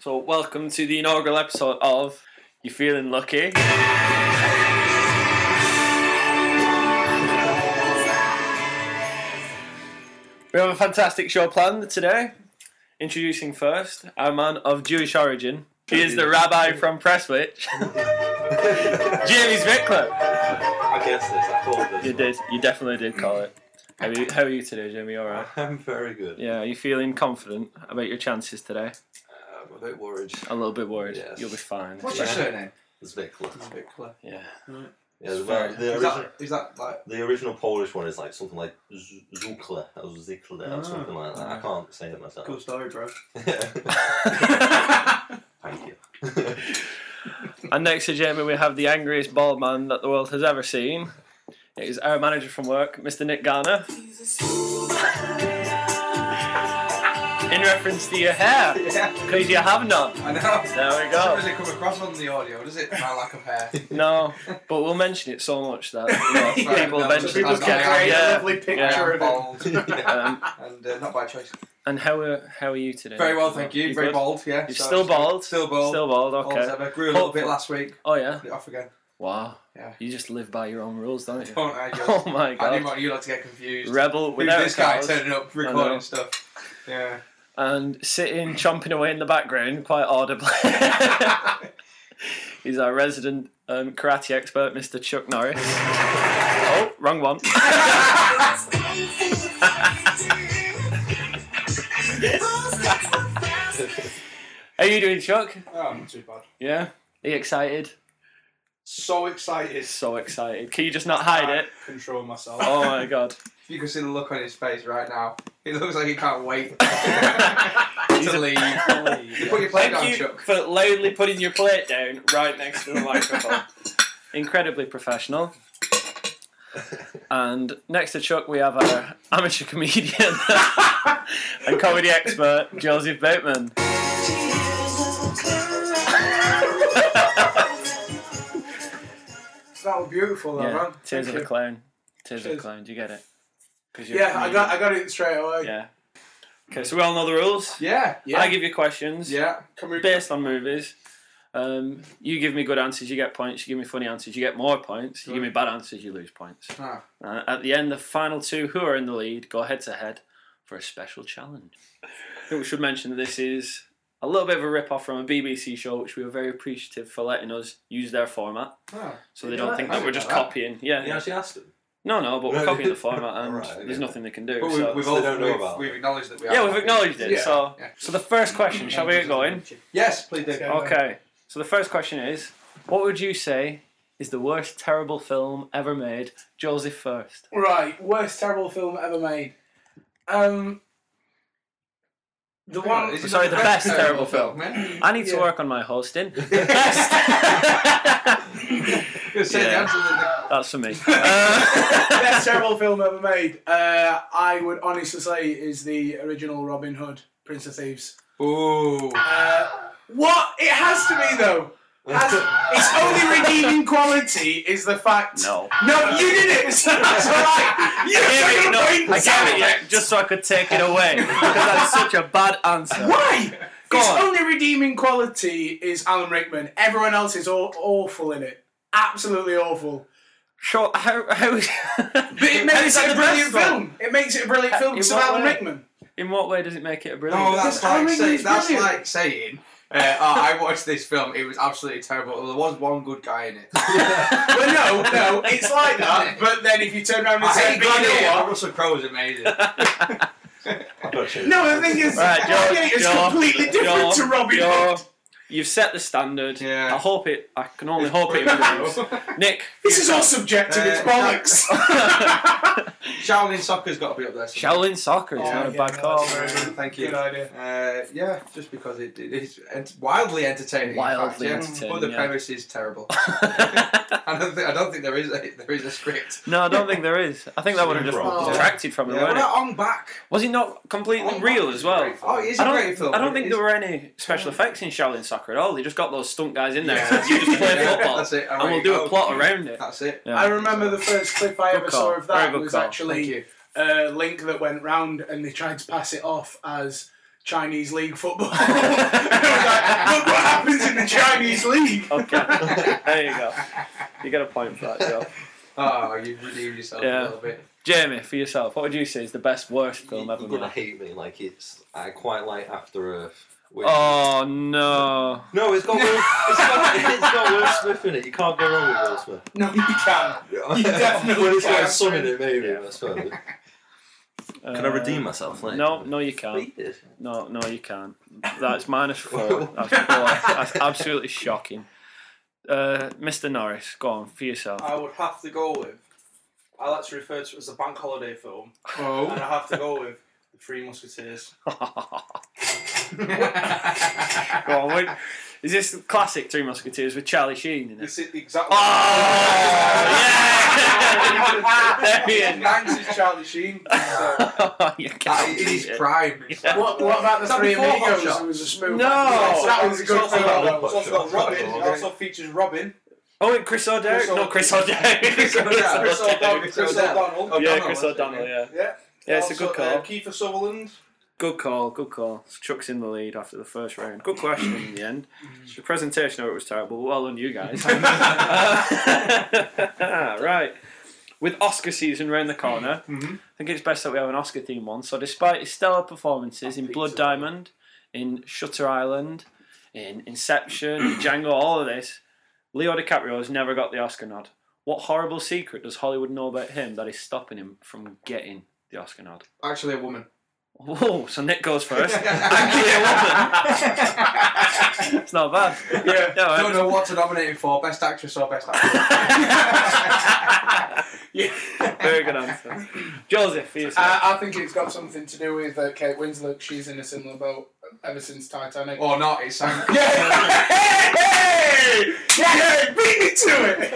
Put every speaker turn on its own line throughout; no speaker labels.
So, welcome to the inaugural episode of You Feeling Lucky. We have a fantastic show planned today. Introducing first, our man of Jewish origin. He is the rabbi from Prestwich, James Vickler.
I guess this. I called this.
You did, you definitely did call it. How are you, how are you today, Jamie? All right.
I'm very good.
Yeah, are you feeling confident about your chances today?
I'm a bit worried.
A little bit worried.
Yes.
You'll be fine.
What's
yeah.
your surname?
It's a bit close.
Vickler.
Yeah.
Yeah, well, the,
Is
original,
that, is that like
the original Polish one is like something like Z- Zukle or Zikle or
Ah.
something like that. I can't say it myself.
cool story, bro?
Thank you.
And next to Jamie, we have the angriest bald man that the world has ever seen. It is our manager from work, Mr. Nick Garner. In reference to your hair,
Yeah,
because you have none.
I know.
There we
Doesn't
go.
really come across on the audio, does it? My lack of hair.
No, but we'll mention it so much that you know,
Yeah,
people
no,
eventually
people
just
can
get-
create a
yeah.
lovely picture
I am bald,
Um,
and uh, not by choice.
and how are how are you today?
Very well, thank you. Very
good?
bald, yeah.
You're
So
still
it's good.
bald.
Still bald.
Still bald.
Bald
Okay.
as ever. Grew a little bit last week.
Oh yeah.
Put it off again.
Wow.
Yeah.
You just live by your own rules, don't you?
Don't I?
Oh my
I didn't
god.
want you lot to get confused.
Rebel
Who's
without
this
a
guy
cause.
turning up,
know.
recording stuff? Yeah.
and sitting chomping away in the background quite audibly. He's our resident um, karate expert, Mr. Chuck Norris. Oh, wrong one. How you doing, Chuck?
Oh, not too bad.
Yeah. Are you excited?
So excited.
So excited. Can you just not hide it?
Can't Control myself.
Oh my god.
If you could see the look on his face right now, he looks like he can't wait
He's a-
to leave. You put your plate down,
Thank you
Chuck.
for loudly putting your plate down right next to the microphone. Incredibly professional. And next to Chuck, we have our amateur comedian and comedy expert, Joseph Bateman.
That was beautiful, though,
yeah,
man.
Tears of
Thank
a
you.
Clown. Tears of a
Cheers.
Clown, do you get it? 'Cause you're a
Yeah, I got, I
comedian.
got it straight away.
Yeah. Okay, so we all know the rules.
Yeah,
I give you questions
yeah.
Can we?
based on movies. Um, you give me good answers, you get points. You give me funny answers, you get more points. You give me bad answers, you lose points.
Ah.
Uh, at the end, the final two who are in the lead go head to head for a special challenge. I think we should mention that this is a little bit of a rip off from a BBC show, which we were very appreciative for letting us use their format.
Ah.
So they
Yeah,
don't think
I
that we're
didn't
just
know that.
copying. Yeah.
You actually asked him.
No, no, but we're
Right.
copying the format and
Alright,
there's
yeah.
nothing they can do.
But we,
so.
we've
so
all
they don't know
we've,
about
we've acknowledged that we are.
Yeah, we've acknowledged it.
Yeah.
So,
Yeah.
so the first question, shall we get going?
Yes, please do.
Yeah.
Okay. So the first question is, what would you say is the worst terrible film ever made? Joseph first.
Right, worst terrible film ever made. Um, the one.
This is
Sorry, the best terrible
man.
I need to
Yeah.
work on my hosting. Best.
You're saying
Yeah.
the answer to
That's for me. Uh,
best terrible film ever made. Uh, I would honestly say is the original Robin Hood, Prince of Thieves.
the- Ooh.
Uh, what? It has to be though. Has, its only redeeming quality is the fact.
no.
No, you did it. So that's all right. You
Give
took
it, no,
the
I
point.
gave it yeah, just so I could take it away because that's such a bad answer.
Why?
Go
its
on.
only redeeming quality is Alan Rickman. Everyone else is aw- awful in it. Absolutely awful.
Sure. How? How?
But it makes
that
it
the
a brilliant
best,
film. It makes it a brilliant
In
film because of
what
Alan
way?
Rickman.
In what way does it make it a brilliant?
No,
Oh, that's
that's
Alan
like, say,
Rickman's
that's
brilliant.
like saying, uh, oh, I watched this film, it was absolutely terrible. There was one good guy in it.
But no, no, it's like that. But then if you turn around and
I
say,
hate
but you know
Gladiator.
what?
Russell Crowe was amazing.
I've got to change
No, the
that.
thing is,
Right, Joe,
Gladiator is
Joe,
completely different
Joe,
to Robin
Joe,
Hood.
You've set the standard.
Yeah.
I hope it. I can only hope it improves. Nick.
This is all subjective. it's
Uh,
bollocks.
Shaolin Soccer's got to be up there. somewhere.
Shaolin Soccer is
Oh,
not a
yeah,
bad
that's
call.
very good.
Thank you.
Good idea.
Uh, yeah, just because it, it is ent- wildly entertaining. in
Wildly
fact, yeah.
entertaining,
But the
yeah.
premise is terrible. I don't think I don't think there is a, there is a script.
no, I don't think there is. I think that would have just
Oh.
detracted from it.
Yeah.
wouldn't
What
it?
about On Back?
Was it not completely
Oh,
real
that's
as well?
great. Oh, it is
I
a
don't,
great film.
I don't
but
think
it
there
is-
were any special effects in Shaolin Soccer at all. They just got those stunt guys in there.
Yeah.
and said, you just play
Yeah,
football,
that's it,
and
already
we'll do a
go.
plot around it.
That's it.
Yeah.
I remember the first clip I
Good
ever
call.
saw of
Very
that
good
was
call.
Thank
actually
you.
a link that went round and they tried to pass it off as Chinese league football. It was like, Chinese league.
Oh.
Okay, there you go. You get a point for that, Joe.
Oh, you've redeemed yourself
Yeah.
a little bit.
Jamie, for yourself, what would you say is the best, worst film
You're
ever
gonna
made?
hate me. Like it's I quite like After Earth. Which,
Oh no!
no, it's got Will, it's got, it's got Will Smith in it. You can't go wrong with Will Smith.
No, you can. You definitely
Well, it's got
can't.
his son in it, maybe. I suppose. Can I
Uh,
redeem myself? Later?
No, no, you can't.
We did.
No, no, you can't. That's minus four. That's, four. That's absolutely shocking. Uh, Mr. Norris, go on for yourself.
I would have to go with. I like to refer to it as a bank holiday film, and
Oh.
I have to go with the Three Musketeers.
go on. Wait. Is this classic Three Musketeers with Charlie Sheen in it?
It's the exact.
Oh
Ah!
yeah! there he is.
Nines is Charlie Sheen. So,
you
That
can't
is in
beat
his
it.
prime.
Yeah.
What, what about the
Is that
three
before Hot
amigos?
Shot?
It was a smooth.
No.
Yes, that was a
it's
good
also
film.
got-
that was-
It's also got Robin. It
Okay.
also features Robin.
Oh, and Chris O'Dowd.
Chris
No,
O'Dowd.
Chris O'Dowd.
Chris O'Dowd.
Chris O'Donnell.
Chris
Chris
O'Donnell.
O'Donnell.
Oh,
Yeah,
O'Donnell,
Chris
wasn't it?
O'Donnell. Yeah.
Yeah.
Yeah, it's a good
Also, uh,
call.
Kiefer Sutherland.
Good call, good call. Chuck's in the lead after the first round. Good question in the end. The presentation of it was terrible. but Well done, you guys. Uh, right. With Oscar season round the corner,
Mhm.
I think it's best that we have an Oscar theme one. So, despite his stellar performances in Blood Diamond, in Shutter Island, in Inception, in Django, all of this, Leo DiCaprio has never got the Oscar nod. What horrible secret does Hollywood know about him that is stopping him from getting the Oscar nod?
Actually, a woman.
Whoa, so Nick goes first. Thank you, woman. It's not bad.
Yeah.
No,
Don't know what to nominate him for. Best actress or best actor.
I- Very good answer. Joseph, for yourself.
Uh, I, I think it's got something to do with uh, Kate Winslet. She's in a similar boat ever since Titanic.
or not, it sank.
Oh. Yeah. hey, yeah, beat me to it.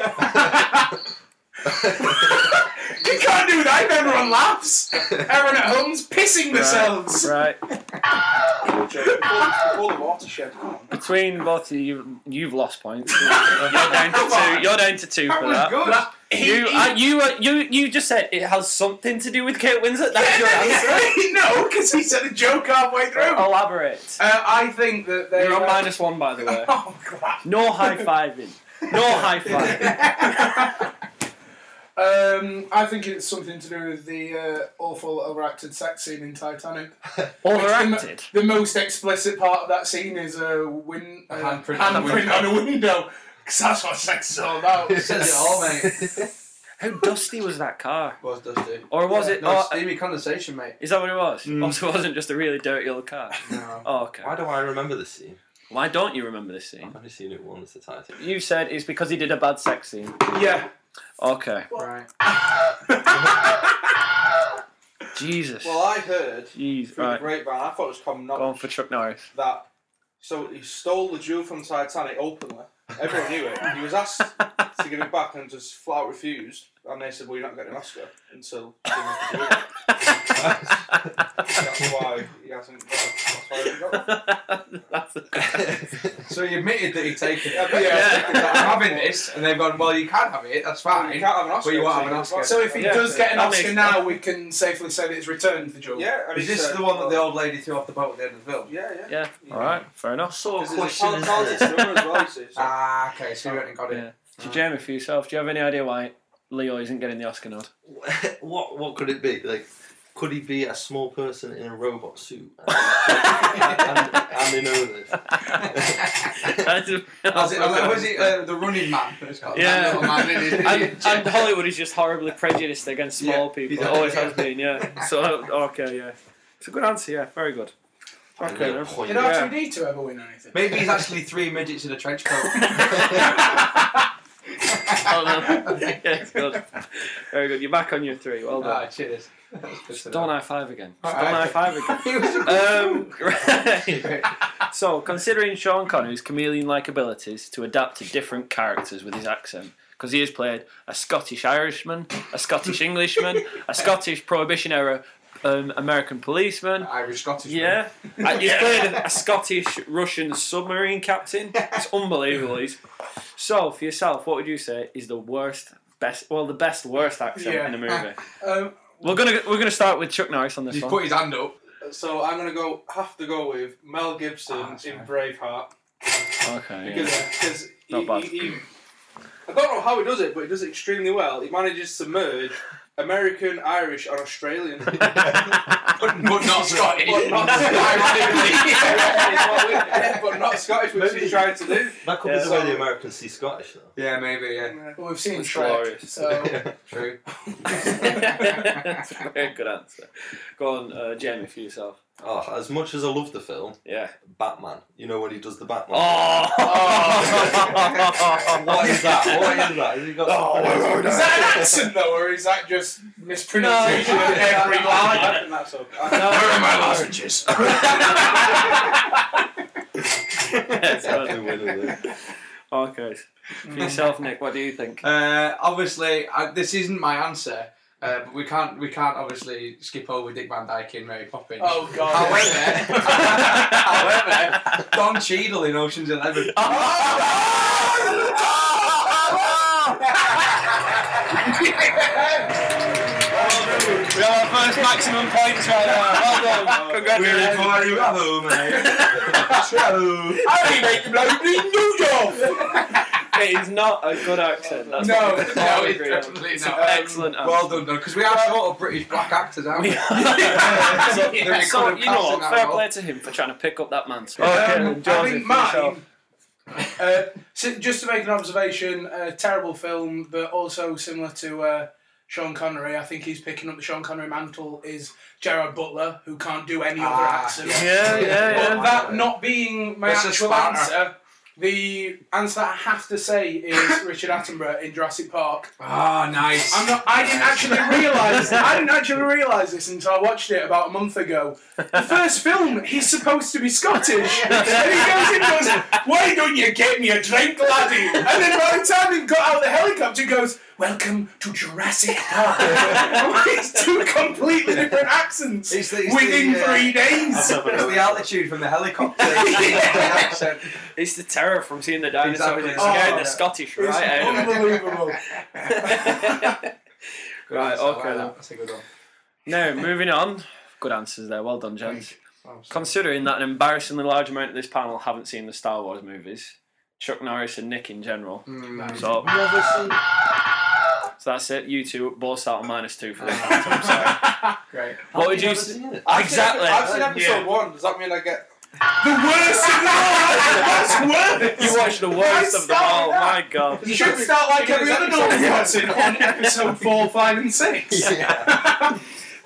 You can't do that if everyone laughs. Everyone at home's pissing themselves.
right.
Before before the watershed. Come on.
Between both of you, you've lost points. You're down to two. You're down to two
That
for
was
that.
good.
That- He-
You,
he-
uh, you, uh, you, you just said it has something to do with Kate Winslet. That's your answer.
no, because he said a joke halfway through. Uh,
Elaborate.
I think that they.
You're on
uh,
minus one, by the way.
Oh crap.
No high fiving. No high fiving.
Um, I think it's something to do with the uh, awful overacted sex scene in Titanic.
Overacted.
The most explicit part of that scene is a win
A
uh,
handprint on a
handprint
window.
on a window. Because that's what sex is all about.
It says it all, mate.
How dusty was that car?
Was dusty.
Or was it? Oh,
No,
or-
steamy condensation, mate.
Is that what it was?
Mm.
Also, it wasn't just a really dirty old car.
No.
Oh, okay.
Why do I remember this scene?
Why don't you remember this scene?
I've only seen it once. The Titanic.
You said it's because he did a bad sex scene.
yeah.
Okay.
Right.
Jesus.
Well, I heard
Jeez.
through the
Right.
grapevine. I thought it was common knowledge.
Going for Chuck Norris.
that so he stole the jewel from Titanic openly. Everyone knew it. He was asked to give it back and just flat out refused. And they said, "Well, you're not getting an Oscar until." he gives us the jewel." That's why he hasn't. Got it. That's why he hasn't got it.
That's
So he admitted that he'd taken it.
Yeah, but-
Yeah.
I'm having this, and they've gone, well, you can have it, that's
Well,
fine.
You can't have an Oscar.
Well, you won't have an
until
Oscar.
So if he
Yeah.
does get an
That
Oscar
makes-
now, we can safely say that it's returned the jewel.
yeah, and
Is
he
this
said,
the one that the
well,
old lady threw off the boat at the end of the film?
Yeah, yeah.
yeah. All right. Fair enough.
sort
Because there's a Talented Swimmer as well, you see, so-
Ah, okay, so you went and got
Yeah.
it.
So, Jeremy, for yourself, do you have any idea why Leo isn't getting the Oscar nod?
what what could it be? Like, could he be a small person in a robot suit? and, and they know this.
Was it, was it uh, the running man that's got
Yeah.
that little man in his
and, and Hollywood is just horribly prejudiced against small people. It
Yeah.
always has been, yeah. So, okay, yeah. It's a good answer, yeah. Very good. Okay, then.
Point.
Did
know-
R2D2 ever win anything?
Maybe he's actually three midgets in a trench coat.
Oh, no. yeah, it's good. Very good. You're back on your three. Well done.
Ah, cheers. That's good to know.
Don't high five again. Just
Alright.
Don't high five again.
He
Um,
was a-
right. So, considering Sean Connery's chameleon like abilities to adapt to different characters with his accent, because he has played a Scottish Irishman, a Scottish Englishman, a Scottish Prohibition era um, American policeman.
Irish Scottish.
Yeah, and he's played a, a Scottish Russian submarine captain. It's unbelievable. He's... So, for yourself, what would you say is the worst, best, well, the best worst accent
Yeah.
in a movie?
Um,
We're gonna we're gonna start with Chuck Norris on this
He's
one.
put his hand up.
So I'm gonna go have to go with Mel Gibson
Ah, that's
in
right.
Braveheart.
Okay.
because because he,
Not bad.
he, he- I don't know how he does it, but he does it extremely well. He manages to merge American, Irish, and Australian.
But, but not Scottish.
But not Scottish. but not Scottish, which he's trying to do.
That could
Yeah,
be the
so-
way the Americans see Scottish, though.
yeah, maybe. Yeah,
Well, we've seen
That's
Shrek,
glorious.
so
true.
That's a very good answer. Go on, uh, Jamie, for yourself.
oh, as much as I love the film,
Yeah.
Batman. You know when he does the Batman.
Oh!
What is that? What is that? Has he got
Oh,
is that an accent though, or is that just mispronunciation
No.
of every
I
line?
think that's okay. I-
Where are my lozenges?
That's
Definitely
good.
winning this.
okay. For yourself, Nick, what do you think?
Uh, obviously, I, this isn't my answer, uh, but we can't we can't obviously skip over Dick Van Dyke in Mary Poppins.
Oh god.
However, however, Don Cheadle in Ocean's Eleven.
Oh, We have our first maximum points right now. Well done.
We're
Congratulations.
you at home,
eh?
mate.
I only make the bloke bleed New York!
It is not a good accent. That's
No,
what we can all
no, it's
agree on.
definitely
It's
not.
an excellent answer.
Well done, done. Because we are short of British black actors, aren't we?
We
Yeah.
so,
They could
so,
have
you
cast
know,
him
what,
that
fair
role.
play to him for trying to pick up that man's.
Oh,
Um, I think
myself.
mine. Uh, si- just to make an observation, a terrible film, but also similar to uh, Sean Connery. I think he's picking up the Sean Connery mantle is Gerard Butler, who can't do any other
Ah,
accent.
yeah.
Yeah, yeah,
But
yeah.
that not being my
That's a
actual
spanner.
answer, the answer that I have to say is Richard Attenborough in Jurassic Park.
Ah, nice.
I'm not. I didn't actually realise. I didn't actually realise this until I watched it about a month ago. The first film, he's supposed to be Scottish, and he goes and goes, "Why don't you get me a drink, laddie?" And then by the time he got out of the helicopter, he goes, "Welcome to Jurassic Park." it's two completely different accents
It's the- it's
within
the, uh,
three days.
It's the altitude from the helicopter. accent.
It's the terror from seeing the dinosaurs.
Exactly.
It's scared
Oh,
the
yeah.
Scottish
It's
right out of it.
unbelievable.
Good
Right,
answer,
okay
I like
then.
that. That's a good one.
Now, moving on. Good answers there. Well done, gents.
Oh, sorry.
Considering that an embarrassingly large amount of this panel haven't seen the Star Wars movies, Chuck Norris and Nick in general.
Mm.
So,
Never seen.
so that's it. You two both start on minus two for this.
Ah.
I'm sorry.
Great.
What would
Have
you?
never
s-
seen it?
I've seen-
Exactly.
I've seen
Yeah.
episode one. Does that mean I get?
The worst of them all. That's worse.
You watched the worst of them all. My God.
You should start like every other Dalton Watson on episode 4, 5, and 6.
Yeah.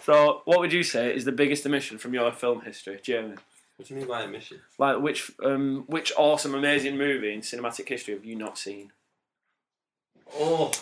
So, what would you say is the biggest omission from your film history, Jamie?
What do you mean by omission?
Like which um which awesome amazing movie in cinematic history have you not seen?
Oh.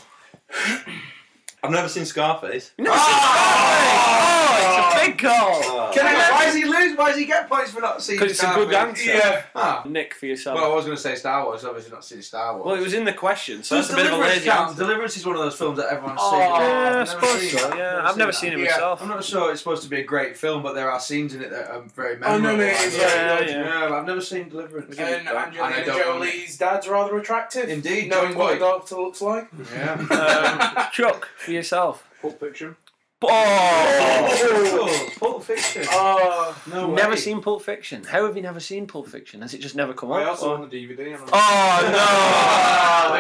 I've never seen Scarface.
No, oh, it's a big call.
Oh.
Can I-
Why does he lose? Why does he get points for not seeing?
Because it's a
Star
good
Wars?
answer.
Yeah.
Ah.
Nick for yourself.
Well,
Well,
I was going to say Star Wars. Obviously, not seen Star Wars.
it was in the question, so
Does
that's a bit of a
Deliverance
lazy
count?
answer.
Deliverance is one of those films that everyone's
Oh,
seen.
yeah,
I've
I
never
suppose
seen
so.
it.
Yeah, I've never seen it
that.
myself.
I'm not sure it's supposed to be a great film, but there are scenes in it that are very
Oh,
memorable.
no, no,
I
it's
don't
yeah,
know.
yeah.
No, I've never seen Deliverance.
Yeah.
And
And I
Angelina
don't want
Jolie's dad's rather attractive.
Indeed,
knowing
John
what
Voight.
a doctor looks like.
Yeah.
Um, Chuck for yourself.
Pulp Fiction.
Oh,
Oh, Pulp Fiction.
Oh,
no way.
never seen Pulp Fiction. How have you never seen Pulp Fiction? Has it just never come
I
up?
also on the DVD. and I'm-
Oh
Ah,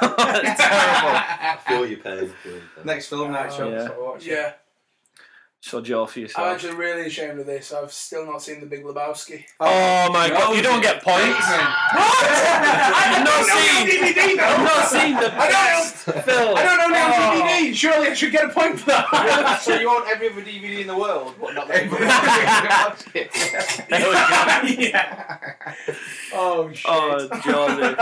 lose the point
no! That's terrible.
I feel your pain. I feel your pain.
now. Next film night show.
Yeah.
that's what I watched.
yeah.
So Joe for
I'm
yourself.
actually really ashamed of this. I've still not seen The Big Lebowski.
Oh my God! You don't get points.
Bateman.
What? I've
don't
not
know
seen.
the DVD, though.
I've not seen the
I
best film.
I don't know now
Oh.
DVD. Surely I should get a point for that. Oh,
so you own every other DVD in the world, but not the
Everyone
DVD.
watched it.
yeah. Oh, shit.
Oh, Jordan.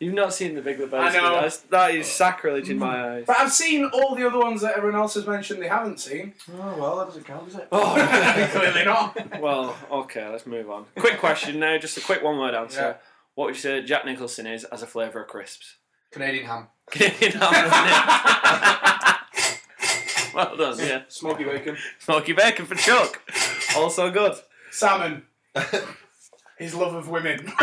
You've not seen The Big Lebowski.
I know.
That's, that is sacrilege in my eyes.
But I've seen all the other ones that everyone else has mentioned they haven't seen.
Oh well, that doesn't count, does it?
Oh, Clearly not.
Well, okay, let's move on. Quick question now, just a quick one word answer.
Yeah.
What would you say Jack Nicholson is as a flavour of crisps?
Canadian ham.
Canadian ham, isn't it? well done, yeah.
Smokey Bacon.
Smoky bacon for Chuck. Also good.
Salmon. His love of women.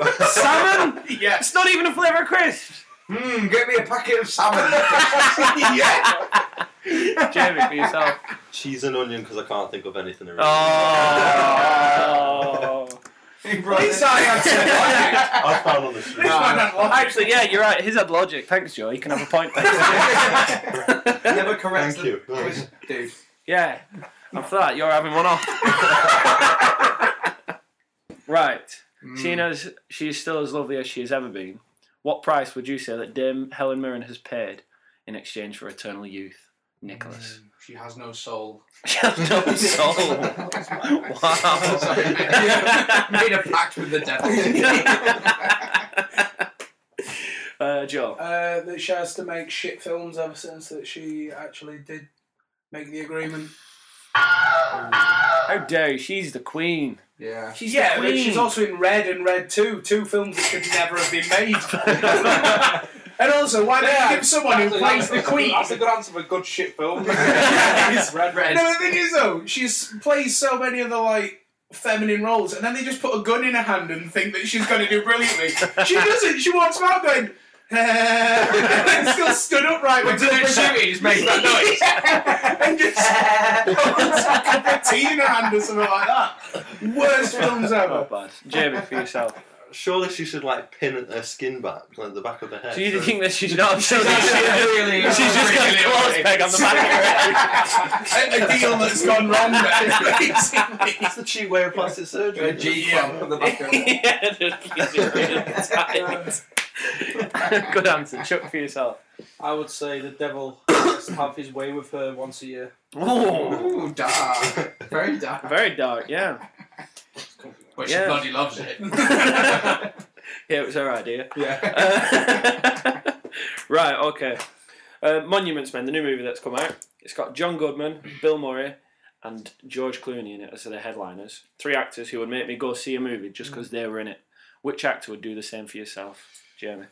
Salmon?
yes.
It's not even a flavour of crisps.
Hmm, get me a packet of salmon.
yeah.
Jamie, for yourself.
Cheese and onion because I can't think of anything. original.
Oh.
He brought
He's
it.
not answering.
I found on the street.
This man had logic.
Actually, yeah, you're right. His had logic. Thanks, Joe. You can have a point.
Never corrects
Thank
the
you.
quiz, dude.
yeah. After that, you're having one off. right.
Mm.
Seeing as she is still as lovely as she has ever been, what price would you say that Dame Helen Mirren has paid in exchange for eternal youth?
Mm.
Nicholas.
Hmm, She has no soul.
She has no soul.
Sorry. Made a pact with the devil.
wow. uh, Joe.
Uh, that she has to make shit films ever since that she actually did make the agreement.
How dare you? She's the queen.
yeah.
She's
yeah,
the
but
queen.
she's also in Red and Red Two, two films that could never have been made. and also, why don't you give someone who plays the Queen?
That's a good answer for a good shit film.
Yes.
red, red.
No, the thing is though, she's plays so many of the like feminine roles, and then they just put a gun in her hand and think that she's going to do brilliantly. she doesn't. She walks out going. "Eh," and still stood upright when
Didn't shoot it, just makes that noise.
and just holds a cup of tea in her hand or something like that. Worst films
Oh,
ever.
bad. Jamie, for yourself.
Surely she should like pin at their skin back, like the back of their head.
Do you
so-
think that she's not? She's,
really-
she's just got a
really
claws peg on the back
a, a deal that's gone wrong. basically.
it's the cheap way of plastic surgery?
A G pump on the back of
of her
it.
head. yeah, just keeps it really tight. Good answer. Chuck for yourself.
I would say the devil has to have his way with her once a year.
Ooh,
Ooh, dark. Very dark.
very dark, yeah.
But
Yeah.
she bloody loves it.
yeah, it was her idea.
yeah.
Uh, right, okay. Uh, Monuments Men, the new movie that's come out. It's got John Goodman, Bill Murray, and George Clooney in it as the headliners. Three actors who would make me go see a movie just because they were in it. Which actor would do the same for yourself, Jeremy?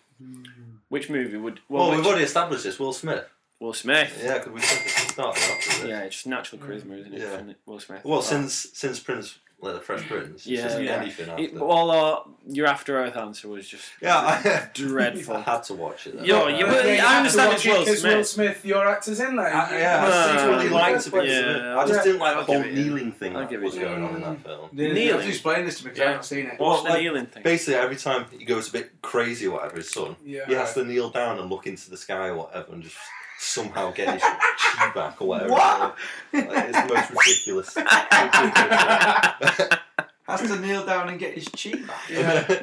Which movie would? Well,
Hmm. Well, we've
which-
already established this. Will Smith.
Will Smith.
Yeah, because we said this at the start. after this.
Yeah, it's natural charisma, isn't it?
Yeah.
from Will Smith.
Well, since since Prince, like the Fresh Prince,
Yeah.
yeah, doesn't
Yeah.
anything after.
It, although your After Earth answer was just
yeah, I,
dreadful.
I had to watch it. Though.
Yo, you were-
Yeah, you
I
have
understand
to
it's
watch it
Will
'cause
Smith.
Will Smith, your actor's in there.
I- yeah, I
Uh,
still really liked it. because of
yeah,
it. I just
I'll-
didn't like the
I'll
whole
give it, yeah.
kneeling thing
I'll
that
give it,
was
yeah.
going on in that film.
You have
Kneeling.
to explain this to me because
Yeah.
I haven't seen
What's
it.
Well,
the
like,
kneeling thing?
Basically, every time he goes a bit crazy or whatever, his son,
Yeah.
he has to kneel down and look into the sky or whatever, and just somehow get his chi back or whatever.
What?
Like, it's the most ridiculous. ridiculous.
Has to kneel down and get his cheek back.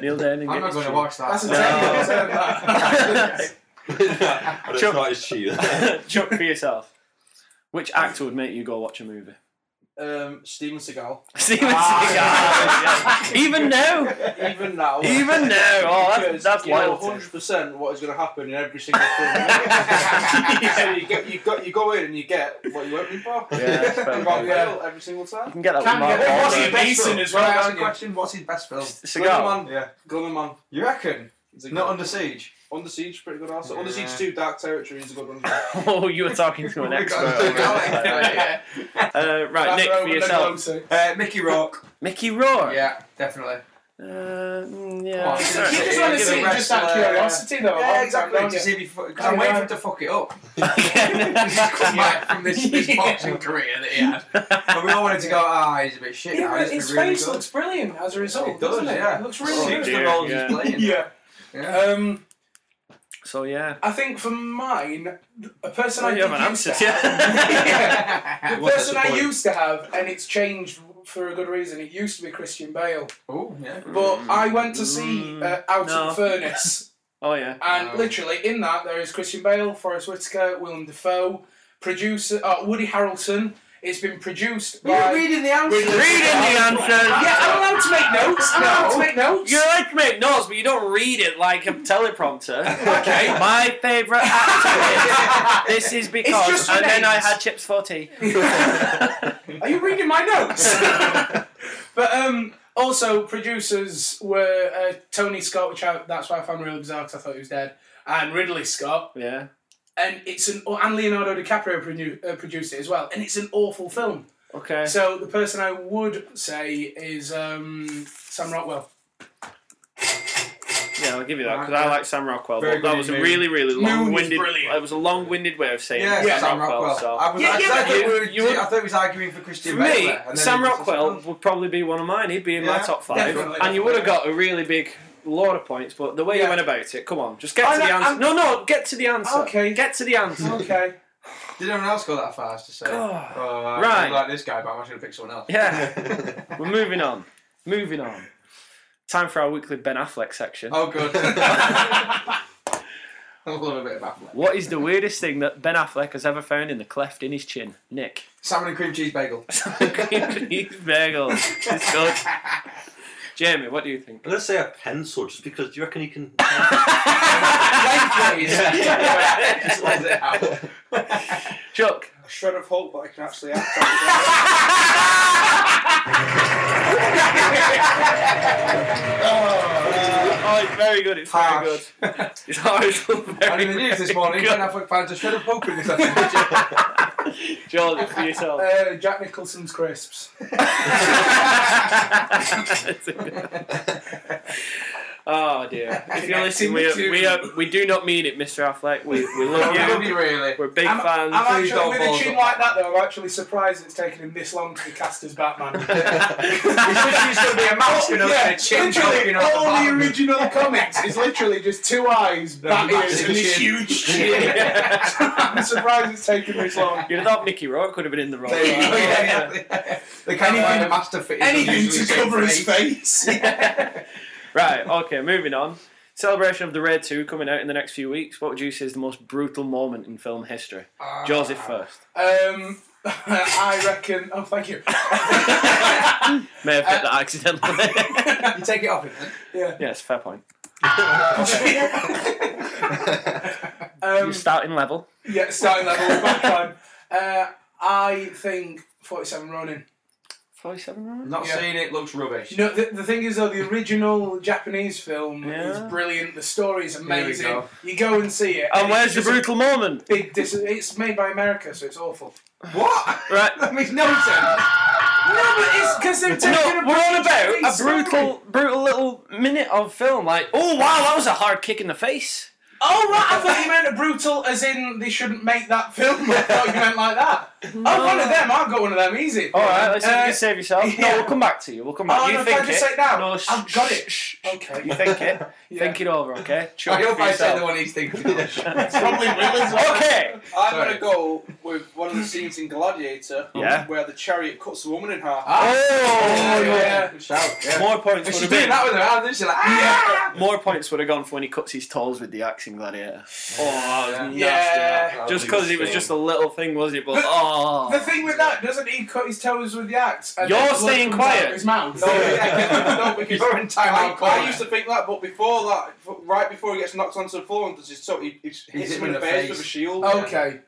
Neil Denning.
I'm not going to watch that.
That's a
No.
terrible
but
Chuck-
it's not his chi.
Chuck for yourself. Which actor would make you go watch a movie?
Um, Steven Seagal.
Steven
Ah.
Seagal. yeah. Even now.
Even now.
Even now. Oh, that's,
Because
that's
you know
wild.
100% what is going to happen in every single film. so you, get, you, go, you go in and you get what you're hoping for.
Yeah, that's fair.
And Mark
Yeah.
Hamill every single
You
time.
can get that
Can
with Mark
get-
film.
Well,
Was
what's
he
Wahlberg.
his
decent as
Can I
well?
ask a
aren't you?
question? What's his best film?
Seagal.
Gunnerman.
Yeah.
Gunnerman.
You reckon?
Is a good
Not
one.
Under Siege.
Under Siege, pretty good answer. Under
Yeah.
Siege 2, Dark Territory is a good one.
Oh, you were talking to an
We
expert.
got
on that.
Yeah.
uh, right,
That's
Nick for
Roman
yourself.
Abrams.
Uh, Mickey Rourke.
Mickey Rourke.
Yeah, definitely.
Uh, mm, yeah.
Come on,
I'm
you
sorry.
You just
Yeah,
want to
give
see
it
it just
rest,
out of
uh,
curiosity, though.
yeah,
exactly.
exactly. To see if because I'm waiting for him to fuck it up. He's
Yeah.
come back from this, this boxing career that he had. But we all wanted to go. Ah, he's a bit shit. now. He's been
his
really
face
good.
looks brilliant as a result.
It does,
doesn't it?
yeah.
It looks
Well,
really
Oh,
it's
good.
dear,
the role
yeah.
he's playing.
Yeah.
Yeah.
Um,
So yeah.
I think for mine, a person
Oh,
I
you have an
used
answer.
to have,
Yeah.
the
What's
person
the
I
point?
used to have, and it's changed for a good reason. It used to be Christian Bale,
oh, yeah.
but I went to see uh, Out
No.
of the Furnace,
Oh yeah.
and
No.
literally in that there is Christian Bale, Forrest Whitaker, Willem Dafoe, producer uh, Woody Harrelson. It's been produced
You're
by.
reading the answer.
Reading
Reading the answers.
Yeah, I'm allowed to make notes. I'm allowed to make notes.
You like to make notes, but you don't read it like a teleprompter.
Okay.
My favourite actor is. This is because.
just
and then I
names.
had chips for tea.
Are you reading my notes? but um, also, producers were uh, Tony Scott, which I, that's why I found really bizarre because I thought he was dead, and Ridley Scott,
Yeah.
and it's an and Leonardo DiCaprio produ- uh, produced it as well, and it's an awful film.
Okay.
So the person I would say is um, Sam Rockwell.
Yeah, I'll give you that because
Right,
I
yeah.
like Sam Rockwell.
Very
But that
good
was a
Moon.
really, really
Moon was
long-winded.
brilliant.
It was a long-winded way of saying
Yeah,
Sam,
yeah,
Rockwell. so-
I, was,
Yeah,
I,
yeah,
I,
but
thought
you-
we were,
you-
I thought he was arguing for Christian
For
Bale
me,
there, and then
Sam
he just-
Rockwell would probably be one of mine. He'd be in my
Yeah,
top five,
definitely,
and you would have got
definitely.
a really big lot of points. But the way you
Yeah.
went about it, come on, just get
I
to the
know,
answer.
I'm-
No, no, get to the answer.
Okay.
get to the answer.
Okay.
"Hmm, Did anyone else go that far as to say?
God.
Oh, I
Right.
really like this guy, but I'm actually going to pick someone else.
Yeah, we're moving on. Moving on. Time for our weekly Ben Affleck section.
Oh, good. I love a bit of Affleck.
What is the weirdest thing that Ben Affleck has ever found in the cleft in his chin? Nick.
Salmon and cream cheese bagel.
Green cheese bagels. It's good. Jamie, what do you think?
I'm gonna say a pencil just because. Do you reckon he can?
Thank you.
Yeah.
Just let it out.
Chuck.
A shred of hope that I can actually act.
Oh, it's very good. It's very good.
Harsh.
It's harsh. Very,
And in the news this
very
morning,
good.
Ben Affleck fans are shut up hoping this episode.
Joel, it's for yourself.
Uh, Jack Nicholson's crisps.
That's a good- oh dear! If you're listening, we are, we are, we do not mean it, Mr. Affleck. We we love
Yeah,
you.
really, really.
We're big
I'm,
fans.
I'm
Please
actually
don't
with a
balls
tune
up.
like that though. I'm actually surprised it's taken him this long to be cast as Batman.
It's going to be a mask and
Oh, yeah,
a chin
literally,
joking off the
all the
bottom.
original comics is literally just two eyes, bat ears,
massive
and this
chin.
huge chin. I'm surprised it's taken this long.
You'd have thought Mickey Rourke could have been in the role.
There you go,
Oh,
yeah, yeah. They can't find a master fit. It's usually the same
face.
Right, okay, moving on. Celebration of the Raid 2 coming out in the next few weeks. What would you say is the most brutal moment in film history?
Ah.
Joseph
Ah.
first.
Um, I reckon. Oh, thank you.
May have hit that
Uh,
accidentally.
You take it off him then.
yes, fair point.
Um,
You're starting level.
yeah, starting level back time. Uh, I think forty-seven Ronin.
47
I'm
rounds?
Not
Yeah.
saying it looks rubbish.
You know, the, the thing is though, the original Japanese film is
Yeah.
brilliant. The story is
we
amazing.
go.
You go and see it.
And
it's
where's the
just a
brutal moment?
Big dis- It's made by America, so it's awful.
What?
Right.
That makes no sense.
No, but it's because they're taking
No,
a
we're on
British
about a
story.
brutal, brutal little minute of film. Like, oh wow, that was a hard kick in the face.
Oh right, I thought you meant a brutal, as in they shouldn't make that film. I thought you meant like that. Oh, one of them. I've got one of them. Easy.
All right, let's see if you
Uh,
can save yourself. No,
yeah.
we'll come back to you. We'll come back.
Oh,
you
no,
think
can I just
it.
say it now?
No, sh-
I've got
Shh,
it.
shh,
Okay.
You think it.
Yeah.
Think it over, okay? Chuck,
I hope
for
I said
yourself.
the one he's thinking.
Probably will as well.
Okay.
I'm
Sorry.
gonna go with one of the scenes in Gladiator um,
Yeah. Ah,
where the chariot cuts the woman in half.
Oh,
yeah.
Good shout. Yeah.
More points would
If she's
have
doing
been.
that with her hand, then she's like, ah!
More points would have gone for when he cuts his toes with the axe in Gladiator. Oh, that was nasty.
Yeah.
Yeah.
that. Just because it was just a little thing, wasn't it? But
But-
oh,
The thing with that doesn't he cut his toes with the axe? and
You're
then blood
staying
comes
quiet.
out of His mouth.
No, yeah. no, because
You're in time
I,
out
I used to think that, but before that, f- right before he gets knocked onto the floor and does his toe, he, he hits him in the face with a shield.
Okay.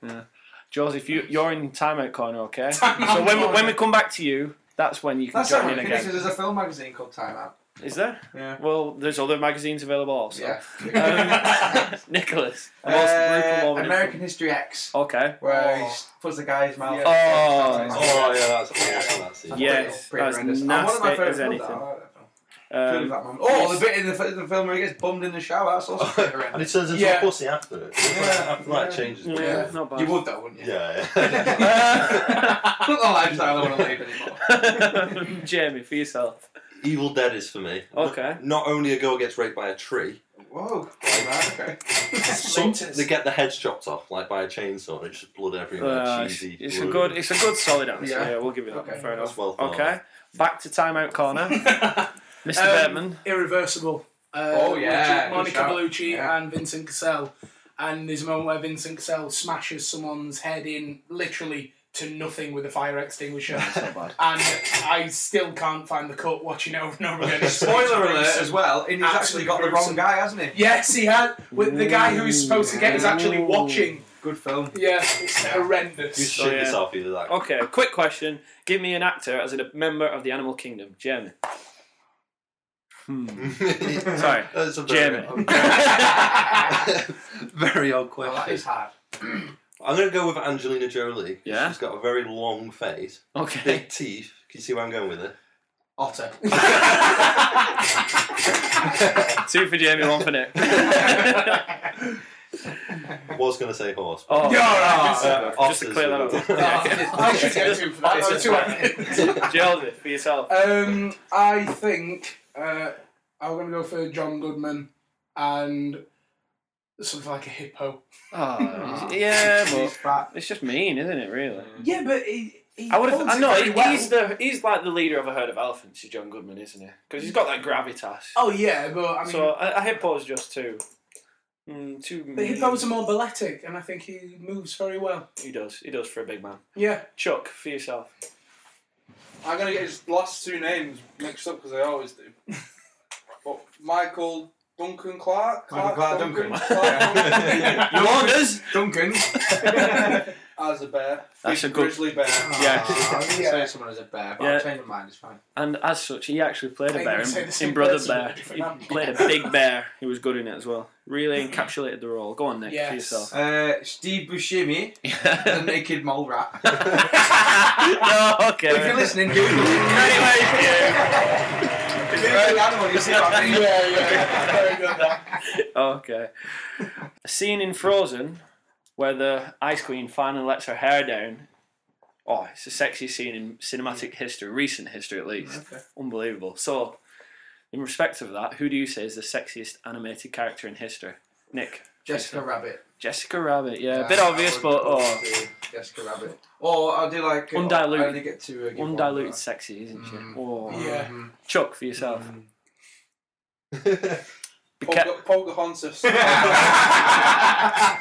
Joseph, you, you're in timeout corner, okay?
Timeout
so when we,
corner.
when we come back to you, that's when you can
That's
join
how
in
we finish.
again.
There's a film magazine called Time Out.
Is there?
Yeah.
Well, there's other magazines available also.
Yeah.
Um, Nicholas, the most
Uh,
brutal moment. in-
American History X,
Okay.
where
Oh.
he puts the guy's mouth.
Oh.
oh yeah, that's awesome. That scene.
Yes,
Pretty
that's
horrendous. And
nasty
one of my favourite
as
films,
anything.
that. I like that film. Really
Um,
that moment. oh, the bit in the, f- the film where he gets bummed in the shower. That's also pretty
and
horrendous.
it turns into
Yeah.
a pussy after it. It's like-
Yeah.
after that it changes.
yeah,
Yeah.
not bad.
You would though, wouldn't you?
Yeah.
Uh,
Not the lifestyle I want to lead anymore.
Jamie, for yourself.
Evil Dead is for me.
Okay.
Not only a girl gets raped by a tree,
Whoa. Right, okay.
some,
Splinters.
they get their heads chopped off like by a chainsaw, and it's just blood everywhere.
Uh, it's
cheesy.
it's a
blood.
good, it's a good solid answer. Yeah,
Yeah.
we'll give you that.
Okay,
Fair
That's
enough.
well thought.
Okay, back to timeout corner. Mr.
Um,
Bateman.
Irreversible. Uh,
Oh, yeah,
with
good
Monica
shout.
Bellucci
Yeah.
and Vincent Cassell, and there's a moment where Vincent Cassell smashes someone's head in literally to nothing with a fire extinguisher.
Oh.
not bad.
and I still can't find the cut watching it over and over again. It's
Spoiler
gruesome.
alert as well. He's actually
Absolutely
got the
gruesome.
wrong guy, hasn't he?
Yes, he had. With the guy who he's supposed to get is actually
Ooh.
watching.
Good film.
Yeah, it's
You
horrendous.
shit
yeah.
yourself either that.
Okay, quick question. Give me an actor as a member of the animal kingdom. Jeremy. Hmm. Sorry.
That's a very,
Jeremy.
very odd
Well, Oh, that
question.
is hard.
I'm going to go with Angelina Jolie.
Yeah?
She's got a very long face,
okay.
big teeth. Can you see where I'm going with it?
Otter.
Two for Jamie, one for Nick.
was going to say horse. but-
oh,
Yeah, right.
Uh,
Just to
otters
clear that
would-
up.
Oh, I should get two for that.
That's
Two
Joseph, for yourself.
Um, I think uh, I'm going to go for John Goodman and something like a hippo.
Oh, yeah,
He's
but
fat.
it's just mean, isn't it? Really.
Yeah, but he, he
I would have.
holds
I
it
know
very
he-
well.
he's the he's like the leader of a herd of elephants. Is John Goodman, isn't he? Because he's got that gravitas.
Oh yeah, but I mean,
so a, a hippo's just too. Mm, too.
the hippos are more balletic, and I think he moves very well.
He does. He does for a big man.
Yeah,
Chuck, for yourself.
I'm gonna get his last two names mixed up because I always do. but Michael Duncan Clark,
Michael
Clark
Clark Duncan.
Clark Duncan
Your orders.
Duncan.
as a bear.
That's a
Big
good-
grizzly bear.
Yeah.
I was going to
Yeah.
say someone as a bear, but
Yeah.
I'll change my mind, it's fine.
And as such, he actually played a
I
bear
would say
in,
the
in
same
Brother
person,
Bear.
but
He
different
played a big bear. He was good in it as well. Really encapsulated the role. Go on, Nick,
Yes.
for yourself.
Uh, Steve Buscemi, the naked mole rat.
no, Oh, okay.
if you're listening, Google it.
Anyway,
Google the animal, you see what I mean?
yeah, yeah. very good. that.
okay. A scene in Frozen where the Ice Queen finally lets her hair down. Oh, it's a sexy scene in cinematic history, recent history at least.
Okay.
Unbelievable. So, in respect of that, who do you say is the sexiest animated character in history? Nick.
Jessica Rabbit.
Jessica Rabbit, yeah. a
Uh,
bit obvious,
I would
but
go
oh,
to Jessica Rabbit. Or I'll do like. uh,
Undiluted.
I only get two. uh, give one,
undiluted sexy, isn't she?
Mm.
Oh.
but-
Yeah.
Mhm.
Chuck for yourself.
Mhm.
Be ca-
Poca- Pocahontas.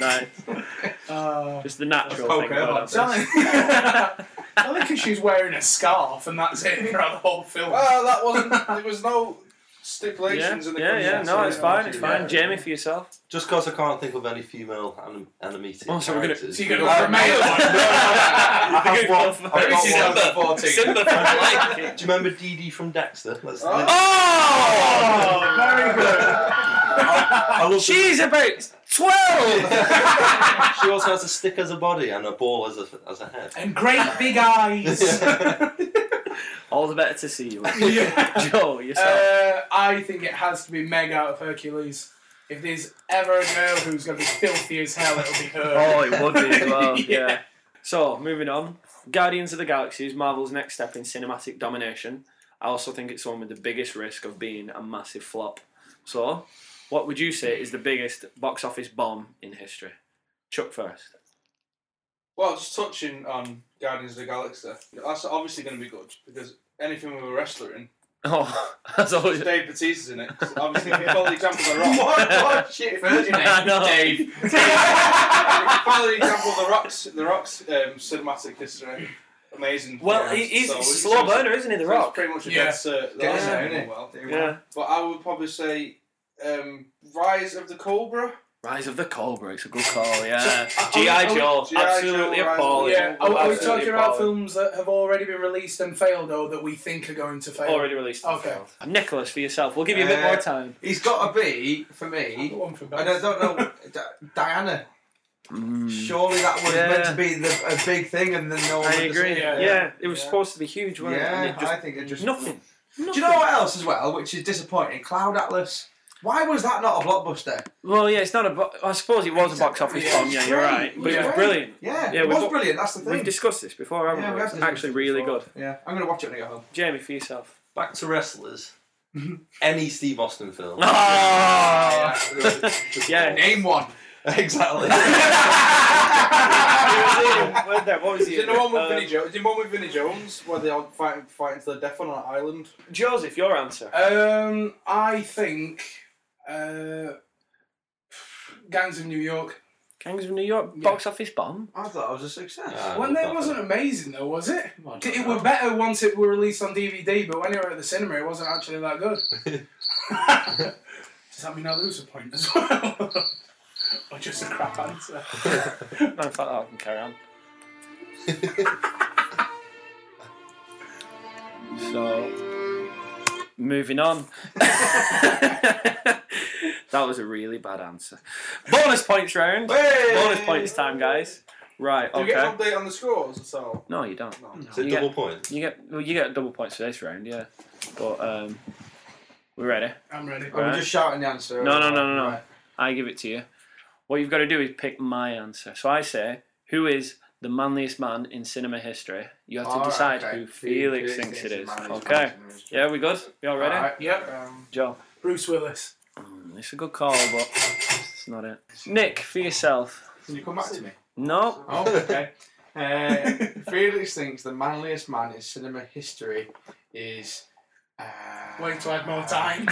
no,
Uh,
just the natural
Poker,
thing. about
that's
it.
I think because she's wearing a scarf, and that's it throughout the whole film.
well, that wasn't. There was no stipulations
yeah,
in the
yeah, yeah,
contract,
no,
so
it's
yeah.
fine, it's fine.
Yeah.
Jamie for yourself.
Just because I can't think of any female anim- animated
Oh, so we're gonna-
characters.
so you're gonna go for a male
I have one. I've got
Who is
one.
Simba? Simba from Lion
Do you remember Dee Dee from Dexter? That's
Oh.
Oh!
very good.
I love the-
She's about 12!
she also has a stick as a body and a ball as a, as a head.
And great big eyes.
All the better to see you.
yeah.
Joe, yourself.
Uh, I think it has to be Meg out of Hercules. If there's ever a girl who's going to be filthy as hell, it'll be her.
oh, it would be as well,
Yeah.
yeah. So, moving on. Guardians of the Galaxy is Marvel's next step in cinematic domination. I also think it's the one with the biggest risk of being a massive flop. So, what would you say is the biggest box office bomb in history? Chuck first.
Well, just touching on Guardians of the Galaxy, that's obviously going to be good because anything with a wrestler in,
Oh, that's always.
Dave Bautista's in it. so obviously, if you follow the example of The Rock,
What? What? Shit, first name,
I know.
Dave.
if you follow the example of The Rock's, the Rock's um, cinematic history, amazing.
Well,
films,
he, he's
so
a
it's-
slow burner, isn't he? The
so it's
Rock.
pretty much uh, a
Yeah.
dead cert.
Get
That's
in there,
doing
innit?
well.
Yeah.
But I would probably say um, Rise of the Cobra.
Rise of the Cobra. It's a good call. Yeah.
So, are we-
GI
are we-
Joe.
G.I. Joe,
Absolutely
Rise of the
appalling.
Cobra.
Yeah, are, are we
Absolutely
talking about
appalling.
films that have already been released and failed, or that we think are going to fail?
Already released. and
Okay.
failed. Nicholas, for yourself. We'll give you a bit
Uh,
more time.
He's got to be, for
I've got
me,
one for
and I
both.
don't know, Di- Diana.
mm.
Surely that was
Yeah.
meant to be the, a big thing, and then no one.
I
would just-
agree. Yeah,
yeah,
it was
yeah.
supposed to be huge, wasn't it? And
Yeah,
it just,
I think it just
nothing.
Do you know what else as well, which is disappointing? Cloud Atlas. Why was that not a blockbuster?
Well, yeah, it's not a. Bo- I suppose it was a box office
Yeah,
bomb.
it's
Yeah, you're
great.
right. But it
Yeah.
was brilliant.
Yeah,
Yeah,
it
we've
was
got-
brilliant. That's the thing.
We've discussed this before, haven't
Yeah,
we?
we have
It's
discussed
actually
this
really
before.
good.
yeah, I'm gonna watch it when I get home.
Jamie, for yourself.
Back to wrestlers. Any Steve Austin film.
Oh! Yeah.
Name one.
exactly.
What was
Is
he
it
in?
the one with
Um,
Vinnie Jones? Is it the one with Vinnie Jones where they all fighting fighting to the death on an island?
Joseph, your answer.
Um, I think uh, Gangs of New York.
Gangs of New York
Yeah.
box office bomb.
I thought it was a success.
Ah,
When
no,
that
not
wasn't amazing though, was it?
Well,
It were better once it were released on DVD, but when it were at the cinema, it wasn't actually that good. Does that mean I lose a point as well? or just a crap answer?
No, in fact, I can carry on. so, moving on. Ah. that was a really bad answer. Bonus points round. Bonus points time, guys. Right.
Do you get
Okay.
an update on the scores? So
No, you don't.
no.
Is it
You
double point?
You get well, you get double points for this round, yeah. But um, We're ready.
I'm ready.
Are
Right.
we just shouting the answer?
No, no,
or-
no, no, no.
Right.
I give it to you. What you've got to do is pick my answer. So I say, who is the manliest man in cinema history? You have to
All right,
decide
okay.
who Felix thinks it is. Okay. Yeah, we good? We all ready?
Alright,
Yep.
um,
Joe.
Bruce Willis.
Mm, it's a good call, but it's not it. Nick, for yourself.
can you come back to me?
No.
Oh, okay. Uh, Felix thinks the manliest man in cinema history is. Uh,
Wait till I had more time.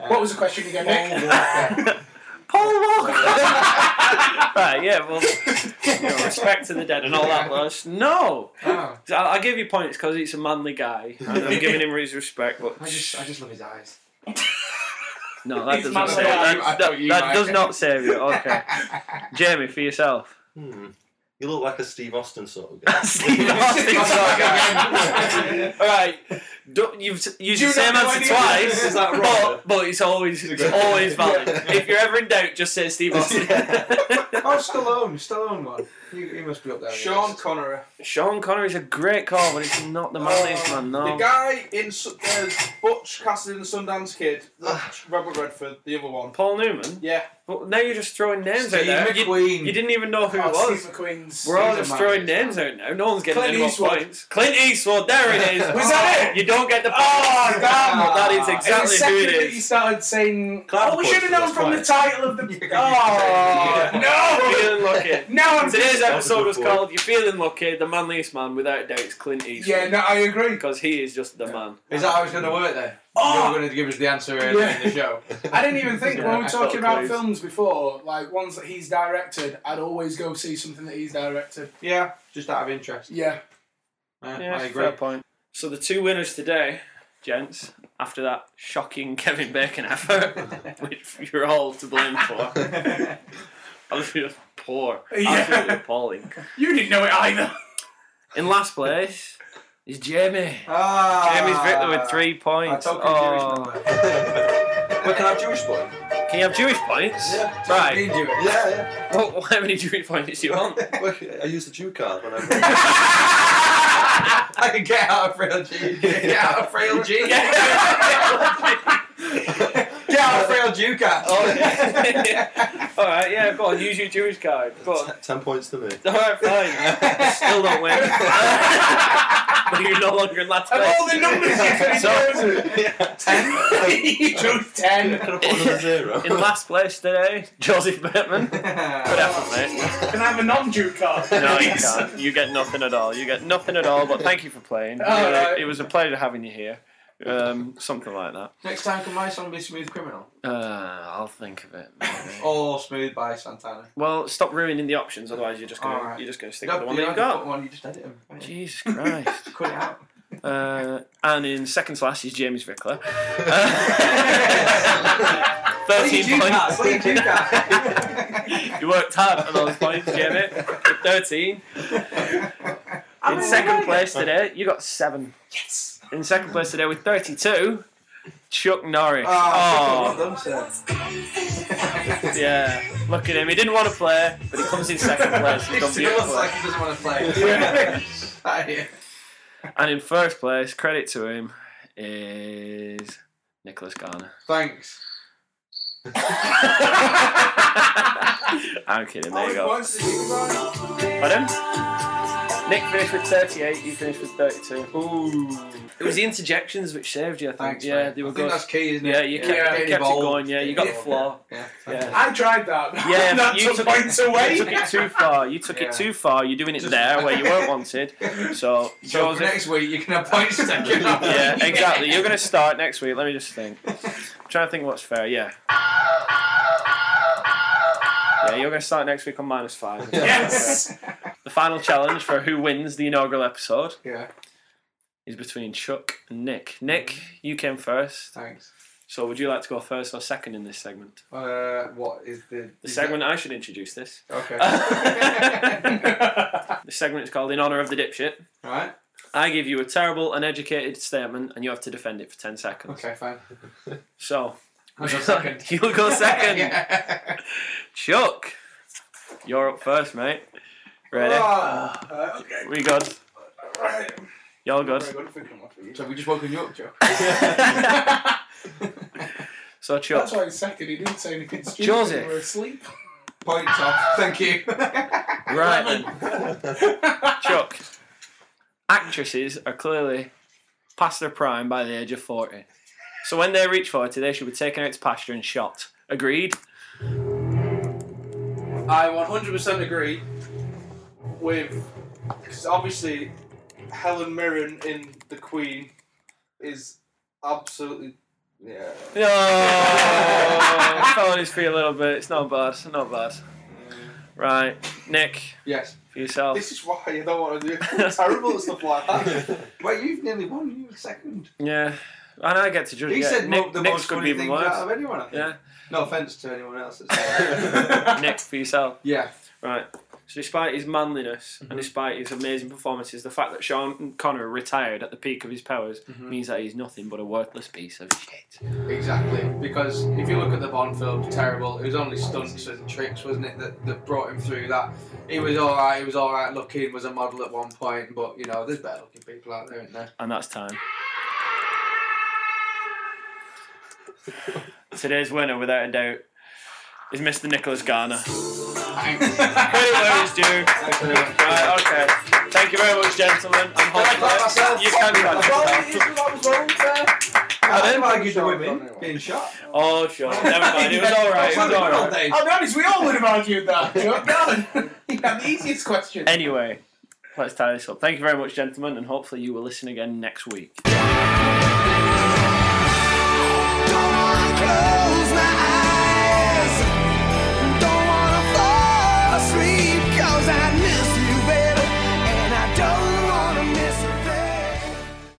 uh,
What was the question again, Nick?
Paul Walker! right, yeah, well, you know, respect to the dead and all that, lads. No!
oh,
So I'll, I'll give you points because he's a manly guy. And I'm giving him his respect, but
I just, I just love his eyes.
no, that
He's
does
manly.
not save
I
that,
thought you- I thought
that,
you
that
might.
does not save you. Okay, Jamie, for yourself.
Hmm. You look like a Steve Austin sort of guy.
Steve Austin.
Sorry.
All right, don't, you've s- used
Do
the
you
same
not know
answer
any of
twice,
this?
Is that
but,
wrong?
but it's always it's always valid. If you're ever in doubt, just say Steve Austin.
Oh, Stallone, Stallone one. He, he must be up there. with
Sean
us.
Connery.
Sean Connery is a great call, but it's not the
Oh,
manliest
Uh,
man.
The
No,
guy in Su- uh, Butch Cassidy and the Sundance Kid,
Ah.
not Robert Redford, the other one.
Paul Newman.
Yeah,
But now you're just throwing names
Steve
out there. You,
McQueen.
you didn't even know who it
Oh,
was.
Steve McQueen's.
We're all
He's a
just throwing
man.
names out now. No one's getting
Clint
any more
Eastwood.
points. Clint Eastwood, there it is.
Was that it?
You don't get the points.
Oh, damn.
That is
And the
exactly
second
who it
that you
is.
started saying,
Cloud
oh, we
push,
should have known
that's
from the
right.
title of the.
Oh,
No!
You feeling lucky.
Now I'm.
Today's
That was
episode
good
was
boy.
called You're Feeling Lucky, the manliest man, without a doubt, it's Clint Eastwood.
Yeah, no, I agree.
Because he is just the man.
Is that how it's going to work then?
Oh!
You're going to give us the answer earlier in the show.
I didn't even think
Yeah,
when we
I
were
felt
talking about
pleased.
films before, like ones that he's directed, I'd always go see something that he's directed.
Yeah, just out of interest.
Yeah.
Yeah,
Yeah,
I agree.
fair point. So the two winners today, gents, after that shocking Kevin Bacon effort, which you're all to blame for. I was just poor.
Yeah.
Absolutely appalling.
You didn't know it either.
In last place is Jamie.
Ah,
Jamie's victor with three
I
points.
told you
Oh.
Jewish number.
Where can I have Jewish boy?
Can you have Jewish points?
Yeah.
Right.
Being Jewish.
Yeah,
Well, how many Jewish points do you want?
yeah. Well, I use the Jew card when I.
I can get out of frail G. Get out of frail G. Get out of frail Jew cat.
Oh, yeah. all right, yeah, go on, use your Jewish card. Go on.
Ten points to me.
All right, fine. Still don't win. but you're no longer in last
Of
place.
all the numbers you could have
So-
chosen,
yeah.
you chose ten.
Could have put another zero.
In last place today, Joseph Bateman. Good effort, mate.
Can I have a non-Jew card?
No, you
please?
can't. You get nothing at all. You get nothing at all. But thank you for playing.
All
Oh,
Really,
right.
It was a pleasure having you here. Um, something like that.
Next time, can my song be Smooth Criminal?
Uh, I'll think of it. maybe.
Or Smooth by Santana?
Well, stop ruining the options, otherwise you're just gonna
All right.
you're just gonna stick
No,
with the one
you
that you've
don't have to
got.
put one, you just edit 'em. Right.
Jesus Christ.
Cut it out.
Uh, and in second to last is James Vickler. Uh, Thirteen
Please, Jew cat,
points.
please, Jew cat.
You worked hard on those points, Jamie. With Thirteen. In second place today, you got seven.
Yes.
In second place today with thirty-two, Chuck Norris.
Ah,
Oh,
well done, sir.
yeah. Look at him. He didn't want to play, but he comes in second place. He's
He
done
still looks
beautifully.
like he doesn't want to play.
Yeah.
Right here.
And in first place, credit to him, is Nicholas Garner.
Thanks.
I'm kidding. There you go.
Points to you, Brian.
Pardon? Nick finished with 38, you finished with 32. It was the interjections which saved you, I think.
Thanks.
yeah,
mate.
they were
I think
good.
that's key, isn't it?
Yeah, you kept,
Yeah,
you
getting
kept it
involved.
going. Yeah, you got the
Yeah.
floor.
Yeah.
Yeah.
I tried that.
Yeah,
that
you
took,
took-
points
You
away.
took it too far. You took
Yeah.
it too far. You're doing it
Just-
there where you weren't wanted. So,
So for
Joseph.
next week you can have points taken off.
Yeah, exactly. You're going to start next week. Let me just think. I'm trying to think what's fair. Yeah. Yeah, you're going to start next week on minus five.
yes.
The final challenge for who wins the inaugural episode
Yeah.
is between Chuck and Nick. Nick, you came first.
Thanks.
So would you like to go first or second in this segment?
Uh, what is the
The
is
segment I should introduce this.
That, okay.
the segment is called In Honor of the Dipshit.
right.
I give you a terrible, uneducated statement and you have to defend it for 10 seconds.
Okay. Fine.
So,
I'll go second.
you'll go second.
Yeah.
Chuck,
Oh.
you're up first, mate. Ready?
Ah, uh, okay.
We good?
Right.
You're good.
Very good if we can laugh at you.
So we just woken you up, Joe.
so
That's
Chuck,
why he second. He didn't say anything stupid.
Joseph.
We were asleep.
Points off. Thank you.
right then. Chuck, actresses are clearly past their prime by the age of forty. So when they reach forty, they should be taken out to pasture and shot. Agreed.
I 100% agree with because obviously Helen Mirren in The Queen is absolutely yeah.
No, I fell on his feet a little bit. It's not bad. It's not bad. Right, Nick,
yes.
for yourself.
This is why you don't want to do terrible stuff like that.
Well, you've nearly won. You were second.
Yeah, and I get to judge.
He
yeah.
said mo-
Nick,
the
Nick's
most
could be
funny
even
thing
worse.
out of anyone. I think.
Yeah,
No offense to anyone else. that's-
Nick for yourself.
yeah.
Right. So despite his manliness and despite his amazing performances, the fact that Sean Connery retired at the peak of his powers means that he's nothing but a worthless piece of shit.
Exactly, because if you look at the Bond films, terrible. It was only stunts and tricks, wasn't it, that, that brought him through that. He was all right. He was all right looking. Was a model at one point, but you know, there's better looking people out there, isn't there?
And that's time. Today's winner, without a doubt, is Mr. Nicholas Garner. Credit where it's due. Right, okay. Thank you very much, gentlemen. I'm
I clap
hoping
myself?
you can clap yourself.
I
didn't
didn't
like
argue the
shot,
women
don't I?
being shot.
Oh, sure. Never mind. It was all right. It was all right.
I'll be honest, we all would have argued that. You know,
Oh,
Garden. He had the easiest question.
Anyway, let's tie this up. Thank you very much, gentlemen, and hopefully you will listen again next week.